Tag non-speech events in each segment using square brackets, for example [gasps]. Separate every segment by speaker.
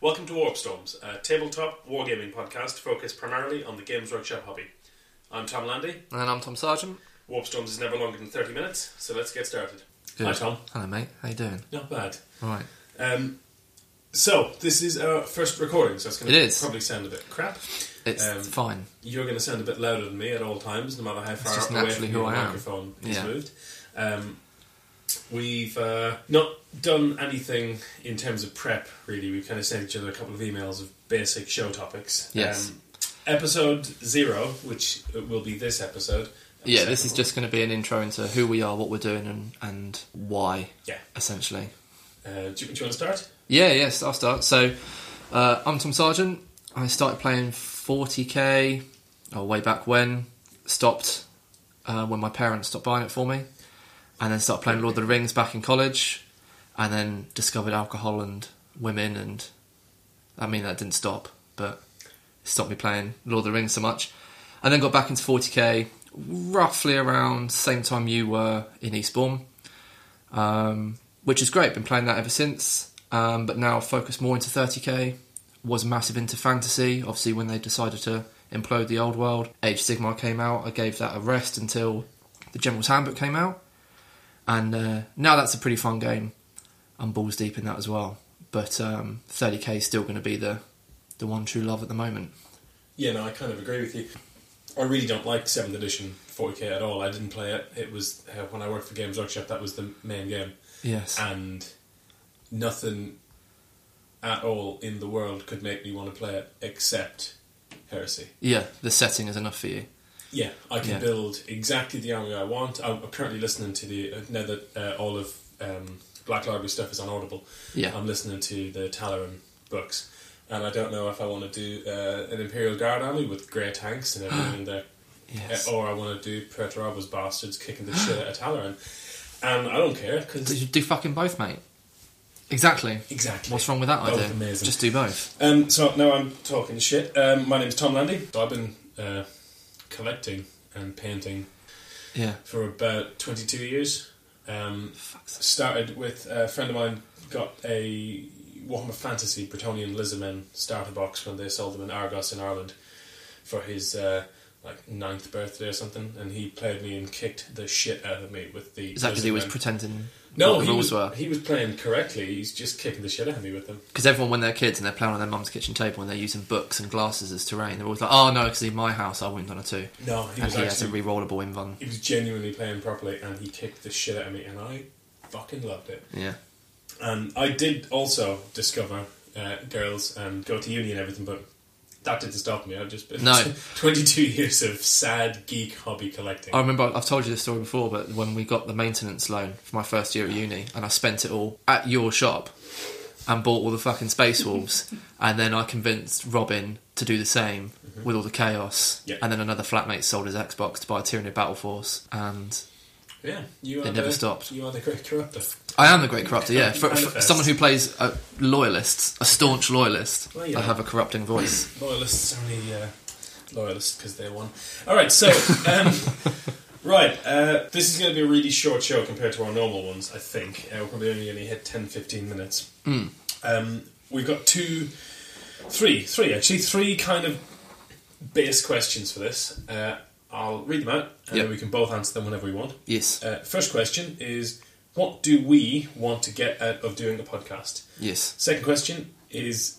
Speaker 1: Welcome to Warp Storms, a tabletop wargaming podcast focused primarily on the Games Workshop hobby. I'm Tom Landy.
Speaker 2: And I'm Tom Sargent.
Speaker 1: Warp Storms is never longer than 30 minutes, so let's get started. Hi, Tom.
Speaker 2: Hello, mate. How you doing?
Speaker 1: Not bad.
Speaker 2: Right.
Speaker 1: Um, so, this is our first recording, so it's going
Speaker 2: It
Speaker 1: to
Speaker 2: is.
Speaker 1: probably sound a bit crap.
Speaker 2: It's
Speaker 1: Um,
Speaker 2: fine.
Speaker 1: You're going to sound a bit louder than me at all times, no matter how far
Speaker 2: just
Speaker 1: away from
Speaker 2: naturally who
Speaker 1: your
Speaker 2: I am.
Speaker 1: microphone is
Speaker 2: Yeah.
Speaker 1: moved. Um, we've uh, not done anything in terms of prep, really. We've kind of sent each other a couple of emails of basic show topics.
Speaker 2: Yes.
Speaker 1: Um, episode zero, which uh, will be this episode.
Speaker 2: Yeah,
Speaker 1: episode
Speaker 2: this is
Speaker 1: one.
Speaker 2: just going to be an intro into who we are, what we're doing, and, and why,
Speaker 1: Yeah.
Speaker 2: essentially.
Speaker 1: Uh, do, you- do you want to start?
Speaker 2: Yeah, yes, I'll start. So, uh, I'm Tom Sargent. I started playing 40k oh, way back when. Stopped uh, when my parents stopped buying it for me. And then started playing Lord of the Rings back in college. And then discovered alcohol and women. And I mean, that didn't stop, but it stopped me playing Lord of the Rings so much. And then got back into 40k roughly around same time you were in Eastbourne um, which is great. Been playing that ever since, um, but now focus more into 30k. Was massive into fantasy. Obviously, when they decided to implode the old world, Age of Sigmar came out. I gave that a rest until the General's Handbook came out, and uh, now that's a pretty fun game. I'm balls deep in that as well. But um, 30k is still going to be the the one true love at the moment.
Speaker 1: Yeah, no, I kind of agree with you. I really don't like 7th edition 40k at all. I didn't play it. It was uh, when I worked for Games Workshop, that was the main game.
Speaker 2: Yes.
Speaker 1: and nothing at all in the world could make me want to play it except Heresy.
Speaker 2: Yeah, the setting is enough for you.
Speaker 1: Yeah, I can
Speaker 2: Yeah.
Speaker 1: build exactly the army I want. I'm currently listening to the uh, now that uh, all of um, Black Library stuff is on Audible.
Speaker 2: Yeah.
Speaker 1: I'm listening to the Talaran books, and I don't know if I want to do uh, an Imperial Guard army with grey tanks
Speaker 2: [gasps]
Speaker 1: and everything in there.
Speaker 2: Yes.
Speaker 1: Uh, or I want to do Petrova's bastards kicking the shit out of Talaran, and I don't care
Speaker 2: Do-
Speaker 1: because
Speaker 2: do fucking both, mate. Exactly.
Speaker 1: exactly
Speaker 2: What's wrong with that
Speaker 1: Both
Speaker 2: idea?
Speaker 1: amazing.
Speaker 2: Just do both.
Speaker 1: Um, so now I'm talking shit. Um, my name's Tom Landy. I've been uh, collecting and painting
Speaker 2: Yeah.
Speaker 1: for about 22 years. Um,
Speaker 2: Fuck's
Speaker 1: started with a friend of mine got a Warhammer Fantasy Bretonian Lizardmen starter box when they sold them in Argos in Ireland for his uh, like ninth birthday or something, and he played me and kicked the shit out of me with the.
Speaker 2: Is that because he was
Speaker 1: Lizardmen.
Speaker 2: pretending
Speaker 1: no,
Speaker 2: what the
Speaker 1: he
Speaker 2: rules
Speaker 1: was,
Speaker 2: were?
Speaker 1: he was playing correctly. He's just kicking the shit out of me with them.
Speaker 2: Because everyone, when they're kids and they're playing on their mum's kitchen table and they're using books and glasses as terrain, they're always like, "Oh no, because in my house I wouldn't done it too."
Speaker 1: No, he
Speaker 2: and
Speaker 1: was
Speaker 2: he has a
Speaker 1: actually
Speaker 2: re-rollable in one.
Speaker 1: he was genuinely playing properly and he kicked the shit out of me and I fucking loved it.
Speaker 2: Yeah.
Speaker 1: And I did also discover uh, girls and go to uni and everything, but that didn't stop me. I've just been [laughs]
Speaker 2: No.
Speaker 1: 22 years of sad geek hobby collecting.
Speaker 2: I remember I've told you this story before, but when we got the maintenance loan for my first year at uni, and I spent it all at your shop and bought all the fucking
Speaker 1: [laughs]
Speaker 2: space wolves, and then I convinced Robin to do the same with all the chaos,
Speaker 1: Mm-hmm. Yeah.
Speaker 2: and then another flatmate sold his Xbox to buy a Tyranny of Battle Force, and
Speaker 1: yeah, you are
Speaker 2: It never
Speaker 1: the,
Speaker 2: stopped.
Speaker 1: You are the great corrupter.
Speaker 2: I am the great corrupter. Yeah, for, for
Speaker 1: Manifest.
Speaker 2: someone who plays a loyalist, a staunch loyalist,
Speaker 1: Well, you
Speaker 2: I
Speaker 1: know.
Speaker 2: have a
Speaker 1: [clears throat]
Speaker 2: corrupting voice.
Speaker 1: Loyalists are only uh, loyalists because they won. All right, so um, right, uh, this is going to be a really short show compared to our normal ones. I think uh, we're probably only going to hit 10, 15 minutes. Um, we've got two, three, three actually, three kind of base questions for this. Uh, I'll read them out, and
Speaker 2: Yep.
Speaker 1: then we can both answer them whenever we want.
Speaker 2: Yes,
Speaker 1: Uh, first question is: What do we want to get out of doing a podcast?
Speaker 2: yes,
Speaker 1: Second question is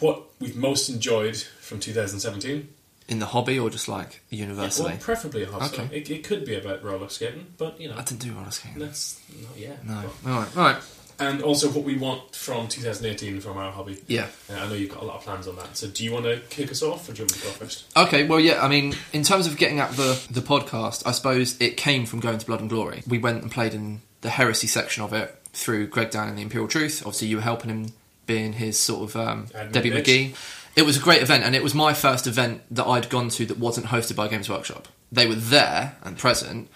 Speaker 1: what we've most enjoyed from 2017.
Speaker 2: in the hobby or just like
Speaker 1: Well,
Speaker 2: universally.
Speaker 1: preferably a hobby.
Speaker 2: Okay.
Speaker 1: It, it could be about roller skating, but you know,
Speaker 2: I didn't do roller skating. No.
Speaker 1: that's not yet.
Speaker 2: All right, all right.
Speaker 1: And also what we want from 2018 from our hobby.
Speaker 2: Yeah.
Speaker 1: Uh, I know you've got a lot of plans on that. So do you want to kick us off, or do you want me to go first?
Speaker 2: Okay, well, yeah, I mean, in terms of getting out the, the podcast, I suppose it came from going to Blood and Glory. We went and played in the heresy section of it through Greg Down and the Imperial Truth. Obviously, you were helping him being his sort of um,
Speaker 1: Admin
Speaker 2: Debbie
Speaker 1: bitch.
Speaker 2: McGee. It was a great event, and it was my first event that I'd gone to that wasn't hosted by Games Workshop. They were there and present,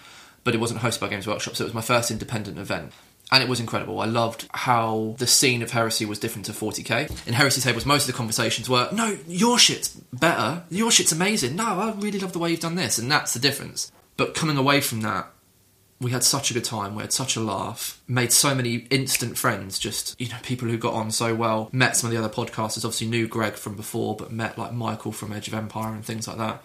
Speaker 2: but it wasn't hosted by Games Workshop, so it was my first independent event. And it was incredible. I loved how the scene of Heresy was different to 40k. In Heresy Tables, most of the conversations were, no, your shit's better. Your shit's amazing. No, I really love the way you've done this. And that's the difference. But coming away from that, we had such a good time. We had such a laugh. Made so many instant friends. Just you know, people who got on so well. Met some of the other podcasters. Obviously knew Greg from before, but met like Michael from Edge of Empire and things like that.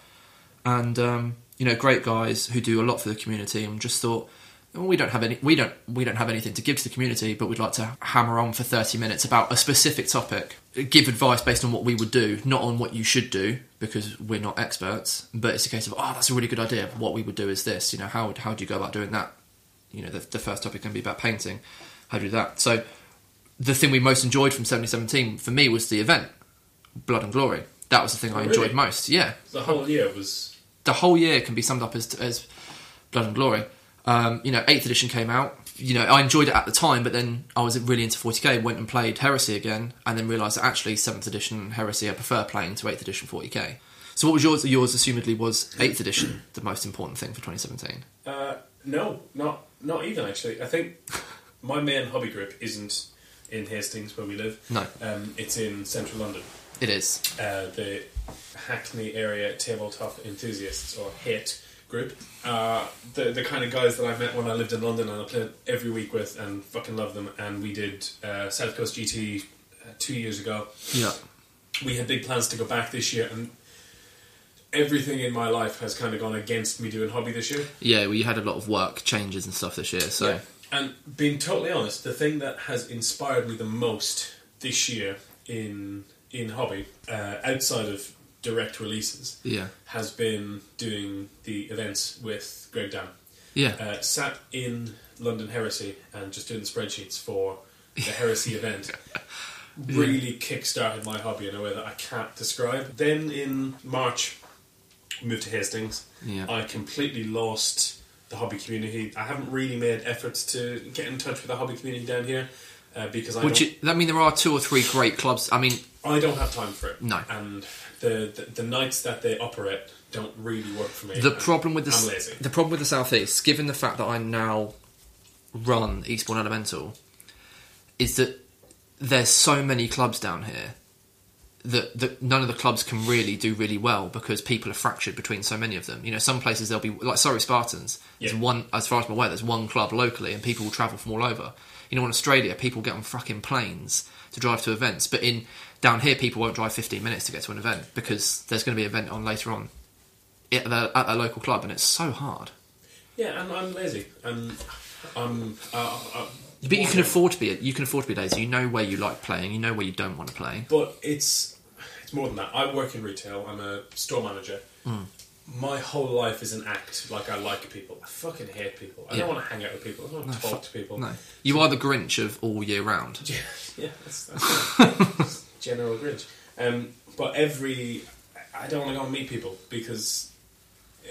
Speaker 2: And um, you know, great guys who do a lot for the community. And just thought, well, we don't have any, we don't, we don't have anything to give to the community, but we'd like to hammer on for thirty minutes about a specific topic. Give advice based on what we would do, not on what you should do, because we're not experts. But it's a case of, oh, that's a really good idea. What we would do is this. You know, how how do you go about doing that? You know, the, the first topic can be about painting. How do you do that? So, the thing we most enjoyed from seventy seventeen for me was the event, Blood and Glory. That was the thing I
Speaker 1: really?
Speaker 2: enjoyed most. Yeah,
Speaker 1: The whole year was
Speaker 2: the whole year can be summed up as, as Blood and Glory. Um, you know, eighth edition came out. You know, I enjoyed it at the time, but then I was really into 40k. Went and played Heresy again, and then realised that actually seventh edition and Heresy I prefer playing to eighth edition 40k. So what was yours? Yours assumedly was eighth edition, the most important thing for 2017.
Speaker 1: uh, no, not not even actually. I think my main hobby group isn't in Hastings where we live.
Speaker 2: No.
Speaker 1: um, it's in central London.
Speaker 2: It is.
Speaker 1: uh, the Hackney area tabletop enthusiasts or HIT group. Uh, the the kind of guys that I met when I lived in London and I played every week with and fucking love them. And we did uh, South Coast GT uh, two years ago.
Speaker 2: Yeah.
Speaker 1: We had big plans to go back this year, and everything in my life has kind of gone against me doing hobby this year.
Speaker 2: Yeah. Well, you had a lot of work changes and stuff this year, so
Speaker 1: Yeah. And being totally honest, the thing that has inspired me the most this year in in hobby, uh, outside of direct releases,
Speaker 2: yeah,
Speaker 1: has been doing the events with Greg Dam.
Speaker 2: yeah.
Speaker 1: Uh, sat in London Heresy and just doing the spreadsheets for the Heresy
Speaker 2: [laughs]
Speaker 1: event really kick-started my hobby in a way that I can't describe. Then in March, moved to Hastings.
Speaker 2: Yeah.
Speaker 1: I completely lost the hobby community. I haven't really made efforts to get in touch with the hobby community down here uh, because I
Speaker 2: Would
Speaker 1: don't-
Speaker 2: you? I mean, there are two or three great clubs. I mean,
Speaker 1: I don't have time for it.
Speaker 2: No.
Speaker 1: And the, the the nights that they operate don't really work for me.
Speaker 2: The
Speaker 1: And
Speaker 2: problem with the
Speaker 1: I'm
Speaker 2: s-
Speaker 1: lazy.
Speaker 2: the problem with the southeast, given the fact that I now run Eastbourne Elemental, is that there's so many clubs down here that, that none of the clubs can really do really well because people are fractured between so many of them. You know, some places there'll be like Surrey Spartans. There's
Speaker 1: Yeah.
Speaker 2: one, as far as I'm aware, there's one club locally, and people will travel from all over. You know, in Australia, people get on fucking planes to drive to events, but in down here, people won't drive 15 minutes to get to an event because there's going to be an event on later on at their, at their local club, and it's so hard.
Speaker 1: Yeah, and I'm lazy, and I'm. Uh, uh,
Speaker 2: But you can afford to be you can afford to be lazy. You know where you like playing. You know where you don't want to play.
Speaker 1: But it's it's more than that. I work in retail. I'm a store manager.
Speaker 2: Hmm.
Speaker 1: My whole life is an act. Like I like people. I fucking hate people. I
Speaker 2: Yeah.
Speaker 1: don't want to hang out with people. I don't want to talk to people.
Speaker 2: No, you are the Grinch of all year round.
Speaker 1: [laughs] Yeah, yeah, that's,
Speaker 2: [laughs]
Speaker 1: that's it. Just general Grinch. Um, but every, I don't want to go and meet people because uh,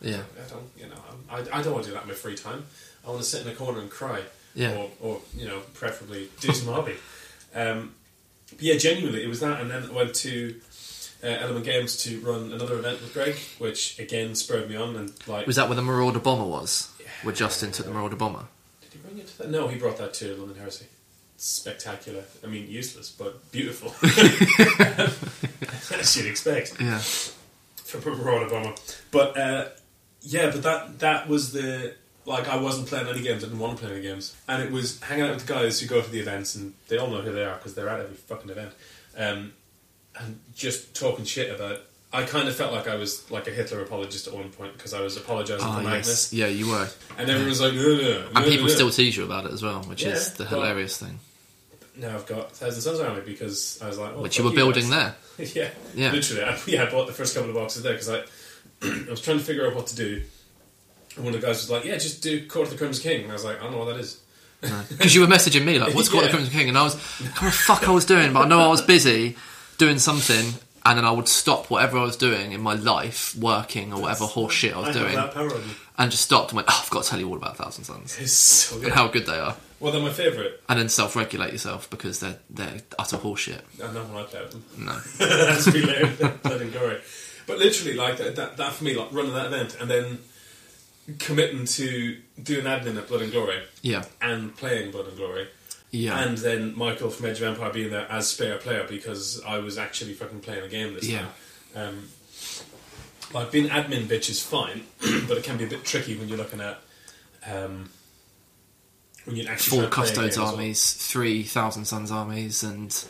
Speaker 2: Yeah,
Speaker 1: I don't, you know, I, I don't want to do that in my free time. I want to sit in a corner and cry,
Speaker 2: Yeah.
Speaker 1: or, or you know, preferably do some hobby. Um, but yeah, genuinely, it was that, and then I went to uh, Element Games to run another event with Greg, which again spurred me on. And like,
Speaker 2: was that where the Marauder bomber was? Where Justin took the Marauder bomber.
Speaker 1: did he bring it to that? No, he brought that to London Heresy. Spectacular. I mean, useless, but beautiful. [laughs]
Speaker 2: [laughs]
Speaker 1: As you'd expect.
Speaker 2: Yeah,
Speaker 1: [laughs] from Ron Obama. But uh, yeah, but that that was the like I wasn't playing any games. I didn't want to play any games, and it was hanging out with the guys who go to the events, and they all know who they are because they're at every fucking event, um, and just talking shit about. I kind of felt like I was like a Hitler apologist at one point because I was apologising
Speaker 2: Ah,
Speaker 1: for Magnus,
Speaker 2: yes. yeah, you were.
Speaker 1: and everyone was like, "No, no, no."
Speaker 2: And
Speaker 1: no,
Speaker 2: people
Speaker 1: no.
Speaker 2: still tease you about it as well, which is
Speaker 1: Yeah,
Speaker 2: the
Speaker 1: well-
Speaker 2: hilarious thing.
Speaker 1: Now I've got Thousand Suns Army because I was like, oh,
Speaker 2: Which
Speaker 1: fuck
Speaker 2: you were building
Speaker 1: guys.
Speaker 2: there.
Speaker 1: [laughs] yeah,
Speaker 2: Yeah.
Speaker 1: literally. I, yeah, I bought the first couple of boxes there because I, [clears throat] I was trying to figure out what to do. And one of the guys was like, "Yeah, just do Court of the Crimson King," and I was like, "I don't know what that is."
Speaker 2: Because you were messaging
Speaker 1: [laughs]
Speaker 2: me like, "What's called
Speaker 1: Yeah.
Speaker 2: the Crimson King?" and I was, "What the fuck I was doing?" But I know I was busy doing something, and then I would stop whatever I was doing in my life, working or whatever horse shit I was
Speaker 1: I
Speaker 2: doing,
Speaker 1: Have that power on you.
Speaker 2: and just stopped and went, "Oh, I've got to tell you all about Thousand Suns
Speaker 1: It's so
Speaker 2: [laughs]
Speaker 1: good.
Speaker 2: and how good they are,"
Speaker 1: Well, they're my favourite.
Speaker 2: and then self-regulate yourself because they're they're utter horseshit.
Speaker 1: I know when I play with them. [laughs]
Speaker 2: No,
Speaker 1: That's really [laughs] blood and glory. But literally, like that, that, that for me, like running that event and then committing to doing admin at Blood and Glory
Speaker 2: yeah,
Speaker 1: and playing Blood and Glory.
Speaker 2: yeah,
Speaker 1: And then Michael from Edge of Empire being there as spare player because I was actually fucking playing a game this
Speaker 2: Yeah.
Speaker 1: time. Um, Like being admin bitch is fine, [clears throat] but it can be a bit tricky when you're looking at um, when you're actually
Speaker 2: Four
Speaker 1: trying to play a
Speaker 2: custodes
Speaker 1: game as well.
Speaker 2: armies, three thousand sons armies, and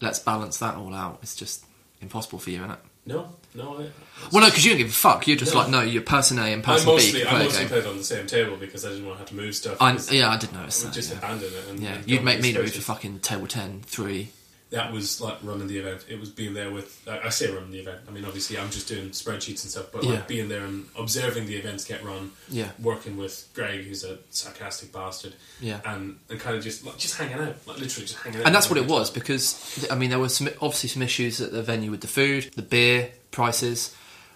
Speaker 2: let's balance that all out. It's just impossible for you, isn't it?
Speaker 1: No, no, I,
Speaker 2: Well, no, because you don't give a fuck. You're just
Speaker 1: No.
Speaker 2: like, no, you're person A and
Speaker 1: I
Speaker 2: person B
Speaker 1: mostly
Speaker 2: can
Speaker 1: I
Speaker 2: play a
Speaker 1: mostly
Speaker 2: game.
Speaker 1: played on the same table because I didn't want to have to move stuff.
Speaker 2: I,
Speaker 1: because
Speaker 2: yeah, I did notice
Speaker 1: we
Speaker 2: that.
Speaker 1: just
Speaker 2: yeah.
Speaker 1: abandon it. And,
Speaker 2: Yeah,
Speaker 1: and
Speaker 2: you'd
Speaker 1: go
Speaker 2: make
Speaker 1: with
Speaker 2: me
Speaker 1: the
Speaker 2: move to
Speaker 1: spaces.
Speaker 2: fucking table 10, 3.
Speaker 1: That was like running the event. It was being there with. I I say running the event. I mean, obviously, I'm just doing spreadsheets and stuff, but like
Speaker 2: Yeah.
Speaker 1: being there and observing the events get run,
Speaker 2: Yeah,
Speaker 1: working with Greg, who's a sarcastic bastard,
Speaker 2: yeah.
Speaker 1: and and kind of just like just hanging out, like literally just hanging out.
Speaker 2: And that's what it was because I mean there were some obviously some issues at the venue with the food, the beer prices,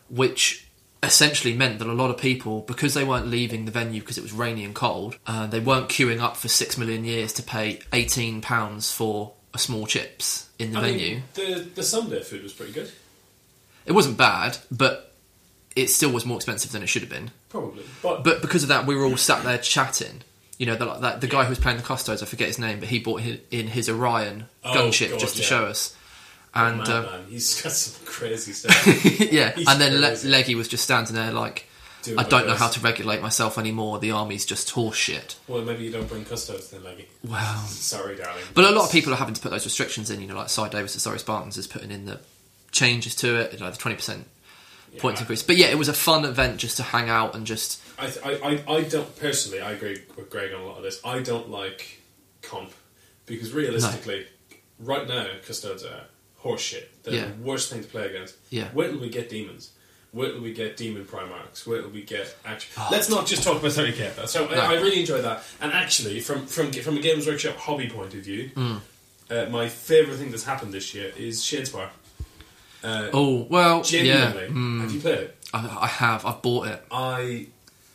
Speaker 2: which essentially meant that a lot of people because they weren't leaving the venue because it was rainy and cold, uh, they weren't queuing up for six million years to pay eighteen pounds for a small chips in the
Speaker 1: I
Speaker 2: venue.
Speaker 1: mean, the the Sunday food was pretty good,
Speaker 2: it wasn't bad, but it still was more expensive than it should have been.
Speaker 1: probably, but,
Speaker 2: But because of that, we were all sat there chatting. You know, the, like that, the guy who was playing the custodes, I forget his name, but he bought hi- in his Orion
Speaker 1: Oh,
Speaker 2: gunship
Speaker 1: God,
Speaker 2: just to
Speaker 1: yeah.
Speaker 2: show us. And
Speaker 1: man, oh,
Speaker 2: um,
Speaker 1: man, he's got some [laughs] crazy stuff.
Speaker 2: [laughs] yeah,
Speaker 1: He's
Speaker 2: and then Le-
Speaker 1: crazy.
Speaker 2: Leggy was just standing there like,
Speaker 1: Doing
Speaker 2: I
Speaker 1: my
Speaker 2: don't know
Speaker 1: best.
Speaker 2: how to regulate myself anymore. The army's just horse shit.
Speaker 1: well, maybe you don't bring custodes then, Leggy.
Speaker 2: Wow.
Speaker 1: Sorry, darling.
Speaker 2: But a lot of people are having to put those restrictions in. You know, like Cy Davis at Surrey Spartans is putting in the changes to it, like the twenty percent
Speaker 1: Yeah,
Speaker 2: points
Speaker 1: I-
Speaker 2: increase. But yeah, it was a fun event just to hang out and just
Speaker 1: I, I, I, I don't personally. I agree with Greg on a lot of this. I don't like comp because realistically, right now custodes are horseshit. They're
Speaker 2: Yeah.
Speaker 1: the worst thing to play against.
Speaker 2: Yeah.
Speaker 1: Wait till we get demons. Wait till we get demon primarchs. Wait till we get actually.
Speaker 2: Oh.
Speaker 1: Let's not just talk about thirty k. So
Speaker 2: No.
Speaker 1: I, I really enjoy that. And actually, from from from a Games Workshop hobby point of view,
Speaker 2: Hmm.
Speaker 1: uh, my favorite thing that's happened this year is Shadespire. Uh,
Speaker 2: oh well, yeah.
Speaker 1: genuinely,
Speaker 2: mm,
Speaker 1: have you played it?
Speaker 2: I, I have. I've bought it.
Speaker 1: I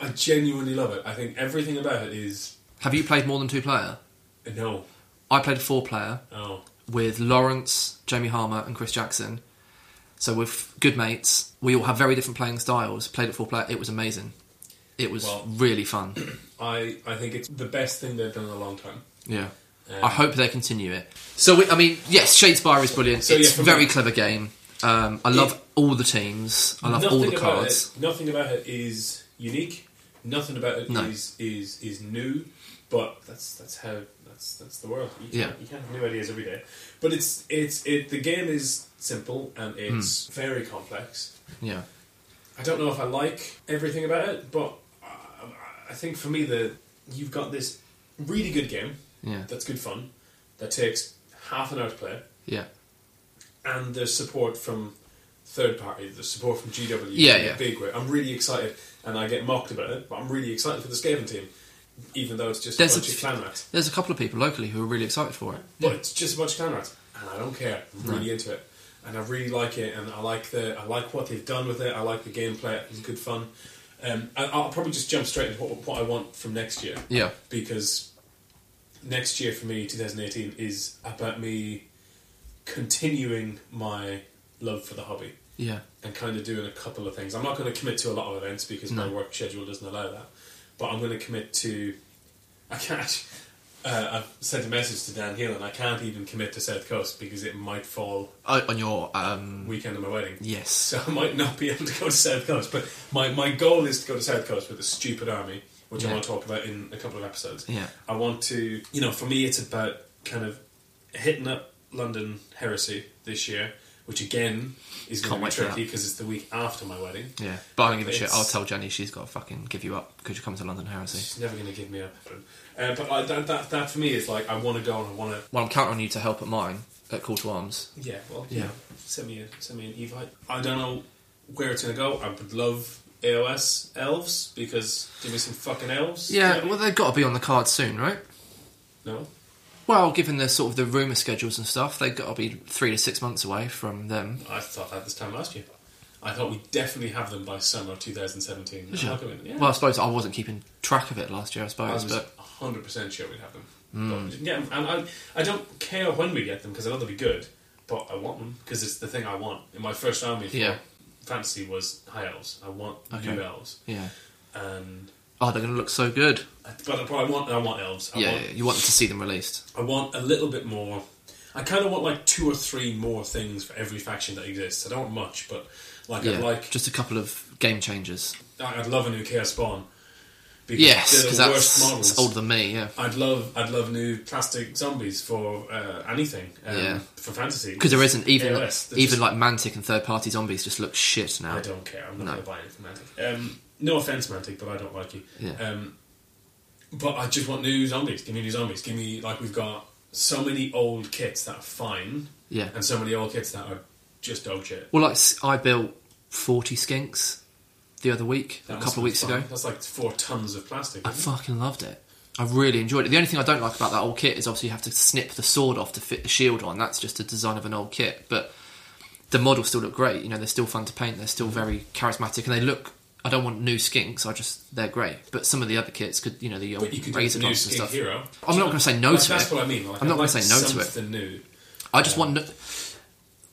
Speaker 1: I genuinely love it. I think everything about it is
Speaker 2: Have you played more than two player?
Speaker 1: no.
Speaker 2: I played four player
Speaker 1: Oh,
Speaker 2: with Lawrence, Jamie Harmer, and Chris Jackson. So we're f- good mates. We all have very different playing styles. Played it four player. It was amazing. It was
Speaker 1: Well- [clears throat]
Speaker 2: really fun.
Speaker 1: I I think it's the best thing they've done in a long time.
Speaker 2: Yeah.
Speaker 1: Um,
Speaker 2: I hope they continue it. So we, I mean, yes, Shadespire is brilliant.
Speaker 1: So, yeah,
Speaker 2: it's
Speaker 1: for
Speaker 2: a very
Speaker 1: me-
Speaker 2: clever game. Um, I love all the teams. I love all the
Speaker 1: about
Speaker 2: cards.
Speaker 1: It, nothing about it is unique. Nothing about it is
Speaker 2: No.
Speaker 1: is is new. But that's that's how that's that's the world. You can't,
Speaker 2: Yeah.
Speaker 1: you can't have new ideas every day. But it's it's it. The game is simple and
Speaker 2: Hmm.
Speaker 1: it's very complex.
Speaker 2: Yeah.
Speaker 1: I don't know if I like everything about it, but I, I think for me the you've got this really good game
Speaker 2: Yeah.
Speaker 1: that's good fun that takes half an hour to play.
Speaker 2: Yeah.
Speaker 1: and there's support from third party, there's support from GW
Speaker 2: Yeah,
Speaker 1: in a
Speaker 2: yeah.
Speaker 1: big way. I'm really excited, and I get mocked about it, but I'm really excited for the Skaven team, even though it's just
Speaker 2: There's
Speaker 1: a
Speaker 2: a
Speaker 1: bunch of
Speaker 2: f-
Speaker 1: clan rats.
Speaker 2: There's a couple of people locally who are really excited for it.
Speaker 1: But it's just a bunch of clan rats, and I don't care. I'm really into it, and I really like it, and I like the I like what they've done with it. I like the gameplay; it's good fun. Um, I, I'll probably just jump straight into what, what I want from next year
Speaker 2: Yeah.
Speaker 1: because next year for me, 2018, is about me continuing my love for the hobby
Speaker 2: Yeah.
Speaker 1: and kind of doing a couple of things. I'm not going to commit to a lot of events because my work schedule doesn't allow that, but I'm going to commit to. I can't. Uh, I've sent a message to Dan Heal and I can't even commit to South Coast because it might fall
Speaker 2: Oh, on your um,
Speaker 1: weekend of my wedding. [laughs]
Speaker 2: yes.
Speaker 1: So I might not be able to go to South Coast, but my, my goal is to go to South Coast with a stupid army, which I
Speaker 2: Yeah.
Speaker 1: want to talk about in a couple of episodes.
Speaker 2: Yeah.
Speaker 1: I want to, you know, for me, it's about kind of hitting up London Heresy this year, which again is going to
Speaker 2: Can't
Speaker 1: be
Speaker 2: wait for that.
Speaker 1: tricky because it's the week after my wedding.
Speaker 2: Yeah. But I don't give a shit.
Speaker 1: It's-
Speaker 2: I'll tell Jenny she's got to fucking give you up because you come to London Heresy.
Speaker 1: She's never going to give me up. Uh, but like that, that, that for me is like I want to go and I want to.
Speaker 2: Well, I'm counting on you to help at mine at Call to Arms.
Speaker 1: Yeah, well,
Speaker 2: Yeah.
Speaker 1: yeah. Send me a, send me an evite. I don't know where it's going to go. I would love AOS elves because give me some fucking elves.
Speaker 2: Yeah. Well, they've got to be on the card soon, right?
Speaker 1: No.
Speaker 2: Well, given the sort of the rumour schedules and stuff, they've got to be three to six months away from them.
Speaker 1: I thought that this time last year. I thought we definitely have them by summer 2017.
Speaker 2: Did you?
Speaker 1: Look at it, yeah.
Speaker 2: Well, I suppose I wasn't keeping track of it last year, I
Speaker 1: I
Speaker 2: suppose,
Speaker 1: was
Speaker 2: but
Speaker 1: 100% sure we'd have them.
Speaker 2: Hmm.
Speaker 1: But we didn't get them. And I, I don't care when we get them because I know they'll be good, but I want them because it's the thing I want. In my first army, for
Speaker 2: Yeah.
Speaker 1: fantasy was high elves. I want
Speaker 2: Okay.
Speaker 1: new elves.
Speaker 2: yeah.
Speaker 1: And,
Speaker 2: Oh, they're going to look so good.
Speaker 1: but I want, I want elves. I
Speaker 2: yeah,
Speaker 1: want
Speaker 2: yeah, you want to see them released.
Speaker 1: I want a little bit more. I kind of want like two or three more things for every faction that exists. I don't want much, but like
Speaker 2: Yeah,
Speaker 1: I'd like
Speaker 2: just a couple of game changers.
Speaker 1: I- I'd love a new Chaos Spawn. Because
Speaker 2: Yes,
Speaker 1: they're
Speaker 2: because
Speaker 1: the
Speaker 2: that's
Speaker 1: worst
Speaker 2: it's
Speaker 1: models.
Speaker 2: older than me. Yeah,
Speaker 1: I'd love I'd love new plastic zombies for uh, anything. Um,
Speaker 2: Yeah.
Speaker 1: For fantasy.
Speaker 2: because there isn't even
Speaker 1: AOS, there's
Speaker 2: even
Speaker 1: just-
Speaker 2: like Mantic and third party zombies just look shit now.
Speaker 1: I don't care. I'm not
Speaker 2: No.
Speaker 1: going to buy anything Mantic. Um, no offense, Mantic, but I don't like you.
Speaker 2: Yeah.
Speaker 1: Um, but I just want new zombies. Give me new zombies. Give me like we've got so many old kits that are fine,
Speaker 2: Yeah.
Speaker 1: and so many old kits that are just dog shit.
Speaker 2: Well, like s- I built forty skinks the other week,
Speaker 1: That
Speaker 2: a
Speaker 1: must
Speaker 2: couple
Speaker 1: be
Speaker 2: of weeks
Speaker 1: fun.
Speaker 2: ago.
Speaker 1: That's like four tons of plastic.
Speaker 2: I
Speaker 1: isn't it?
Speaker 2: fucking loved it. I really enjoyed it. The only thing I don't like about that old kit is obviously you have to snip the sword off to fit the shield on. That's just a design of an old kit, but the models still look great. You know, they're still fun to paint. They're
Speaker 1: Mm.
Speaker 2: still very charismatic, and they look. I don't want new skinks. I just they're great. But some of the other kits could, you know, the old
Speaker 1: But you could do
Speaker 2: razor
Speaker 1: new
Speaker 2: guns and
Speaker 1: skin
Speaker 2: stuff.
Speaker 1: hero.
Speaker 2: I'm not going to say no
Speaker 1: Like,
Speaker 2: to
Speaker 1: that's
Speaker 2: it.
Speaker 1: what I mean. Like,
Speaker 2: I'm not
Speaker 1: I'd
Speaker 2: gonna
Speaker 1: like
Speaker 2: say no to it.
Speaker 1: Something new.
Speaker 2: I just want. No-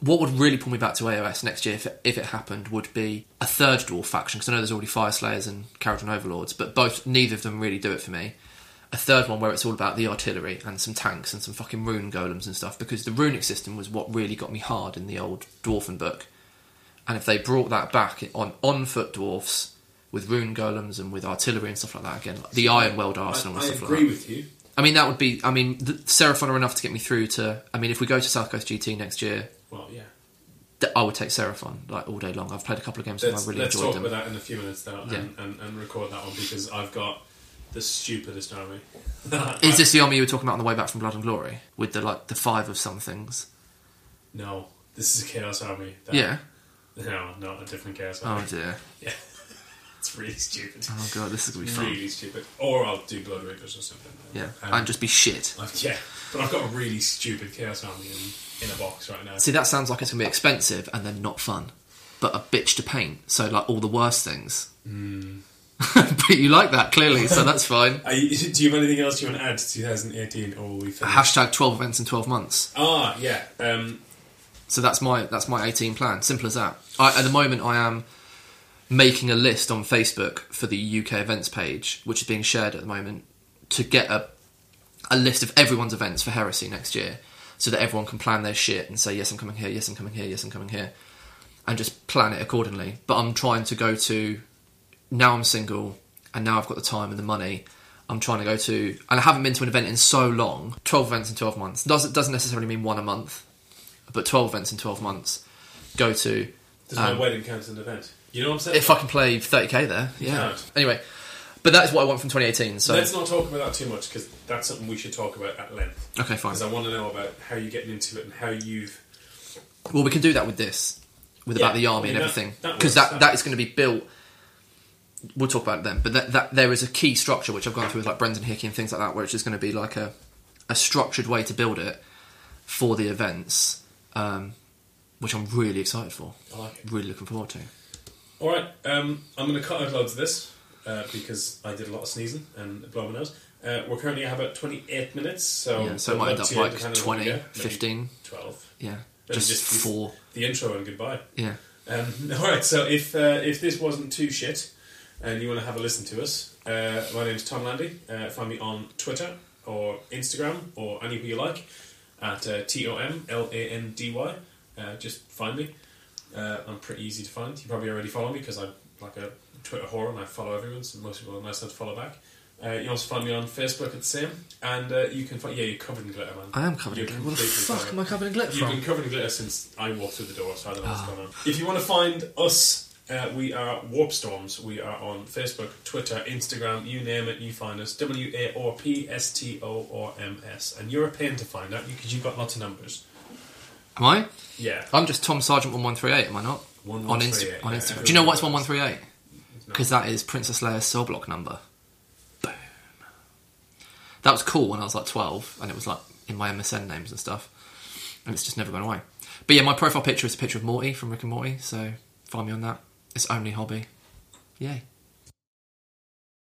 Speaker 2: what would really pull me back to AOS next year, if it, if it happened, would be a third dwarf faction. Because I know there's already Fire Slayers and Carriage and Overlords, but both neither of them really do it for me. A third one where it's all about the artillery and some tanks and some fucking rune golems and stuff. Because the runic system was what really got me hard in the old dwarven book. And if they brought that back on on foot dwarfs with rune golems and with artillery and stuff like that again, like the Iron Weld arsenal
Speaker 1: I,
Speaker 2: and
Speaker 1: I
Speaker 2: stuff like that.
Speaker 1: agree with you.
Speaker 2: I mean, that would be. I mean, the, Seraphon are enough to get me through to. I mean, if we go to South Coast GT next year,
Speaker 1: Well, yeah.
Speaker 2: th- I would take Seraphon like all day long. I've played a couple of games and I
Speaker 1: Let's,
Speaker 2: really
Speaker 1: let's
Speaker 2: enjoyed
Speaker 1: talk
Speaker 2: them.
Speaker 1: about that in a few minutes now
Speaker 2: Yeah.
Speaker 1: and, and, and record that one because I've got the stupidest army. [laughs]
Speaker 2: Is this the army you were talking about on the way back from Blood and Glory with the like the five of some things?
Speaker 1: No, this is a chaos army. That-
Speaker 2: Yeah.
Speaker 1: No, not a different chaos army.
Speaker 2: Oh dear.
Speaker 1: Yeah. it's really stupid.
Speaker 2: Oh god, this is gonna be fun.
Speaker 1: Really stupid. Or I'll do Blood Reapers or something.
Speaker 2: Yeah,
Speaker 1: Um,
Speaker 2: and just be shit.
Speaker 1: I've- yeah, but I've got a really stupid chaos army in, in a box right now.
Speaker 2: See, that sounds like it's gonna be expensive and then not fun, but a bitch to paint. So like all the worst things.
Speaker 1: Hmm.
Speaker 2: [laughs] but you like that clearly, so that's
Speaker 1: [laughs]
Speaker 2: fine.
Speaker 1: Are you, do you have anything else you want to add to 2018 or will we finish?
Speaker 2: Hashtag twelve events in twelve months.
Speaker 1: ah, yeah. Um,
Speaker 2: So that's my that's my 18 plan. Simple as that. I, at the moment, I am making a list on Facebook for the UK events page, which is being shared at the moment, to get a a list of everyone's events for Heresy next year, so that everyone can plan their shit and say yes, I'm coming here, yes, I'm coming here, yes, I'm coming here, and just plan it accordingly. But I'm trying to go to now I'm single and now I've got the time and the money. I'm trying to go to, and I haven't been to an event in so long. Twelve events in twelve months doesn't doesn't necessarily mean one a month, but twelve events in twelve months. Go to
Speaker 1: does
Speaker 2: Um,
Speaker 1: my wedding count as an event? You know what I'm saying?
Speaker 2: if I can play thirty k there. Yeah.
Speaker 1: can't.
Speaker 2: Anyway, but that's what I want from 2018. So
Speaker 1: Let's not talk about that too much because that's something we should talk about at length.
Speaker 2: okay, fine.
Speaker 1: Because I want to know about how you're getting into it and how you've.
Speaker 2: Well, we can do that with this, with
Speaker 1: Yeah,
Speaker 2: about the army
Speaker 1: I mean,
Speaker 2: and
Speaker 1: that-
Speaker 2: everything,
Speaker 1: that
Speaker 2: because
Speaker 1: works,
Speaker 2: that,
Speaker 1: that
Speaker 2: that is going to be built. We'll talk about it then, but that, that there is a key structure which I've gone through with like Brendan Hickey and things like that, where it's just going to be like a a structured way to build it for the events, um, which I'm really excited for.
Speaker 1: I like it.
Speaker 2: Really looking forward to.
Speaker 1: All right, um, I'm going to cut out loads of this uh, because I did a lot of sneezing and blowing my nose. Uh, we're currently at about 28 minutes, Oh, so
Speaker 2: yeah, so it
Speaker 1: we'll
Speaker 2: might end
Speaker 1: let
Speaker 2: up
Speaker 1: you
Speaker 2: like
Speaker 1: depending on what
Speaker 2: 20,
Speaker 1: we get, maybe
Speaker 2: 15,
Speaker 1: 12.
Speaker 2: yeah,
Speaker 1: Maybe
Speaker 2: just,
Speaker 1: just be-
Speaker 2: four,
Speaker 1: The intro and goodbye.
Speaker 2: yeah.
Speaker 1: Um, [laughs] all right, so if uh, if this wasn't too shit, and you want to have a listen to us, uh, my name's Tom Landy. Uh, find me on Twitter or Instagram or anywhere you like at uh, T O M L A N D Y. Uh, just find me. Uh, I'm pretty easy to find. You probably already follow me because I'm like a Twitter whore and I follow everyone, so most people are nice not to follow back. Uh, you can also find me on Facebook at the same, and uh, you can find yeah, you're covered in glitter, man.
Speaker 2: I am covered in
Speaker 1: You're
Speaker 2: glitter. What the
Speaker 1: completely
Speaker 2: fuck
Speaker 1: covered.
Speaker 2: am I covered in glitter
Speaker 1: You've
Speaker 2: from?
Speaker 1: been covered in glitter since I walked through the door, so I don't know what's
Speaker 2: Ah.
Speaker 1: going on. If you want to find us, uh, we are Warp Storms. We are on Facebook, Twitter, Instagram, you name it, you find us. W A R P S T O R M S. And you're a pain to find out because you've got lots of numbers.
Speaker 2: Am I?
Speaker 1: Yeah.
Speaker 2: I'm just Tom Sergeant one one three eight. Am I not?
Speaker 1: 1138,
Speaker 2: on Insta- on
Speaker 1: yeah,
Speaker 2: Instagram.
Speaker 1: everyone
Speaker 2: Do you know what's
Speaker 1: knows.
Speaker 2: one one three eight?
Speaker 1: No.
Speaker 2: Because that is Princess Leia's cell block number. Boom. That was cool when I was like 12, and it was like in my MSN names and stuff, and it's just never gone away. But yeah, my profile picture is a picture of Morty from Rick and Morty, so find me on that. It's only hobby. Yay.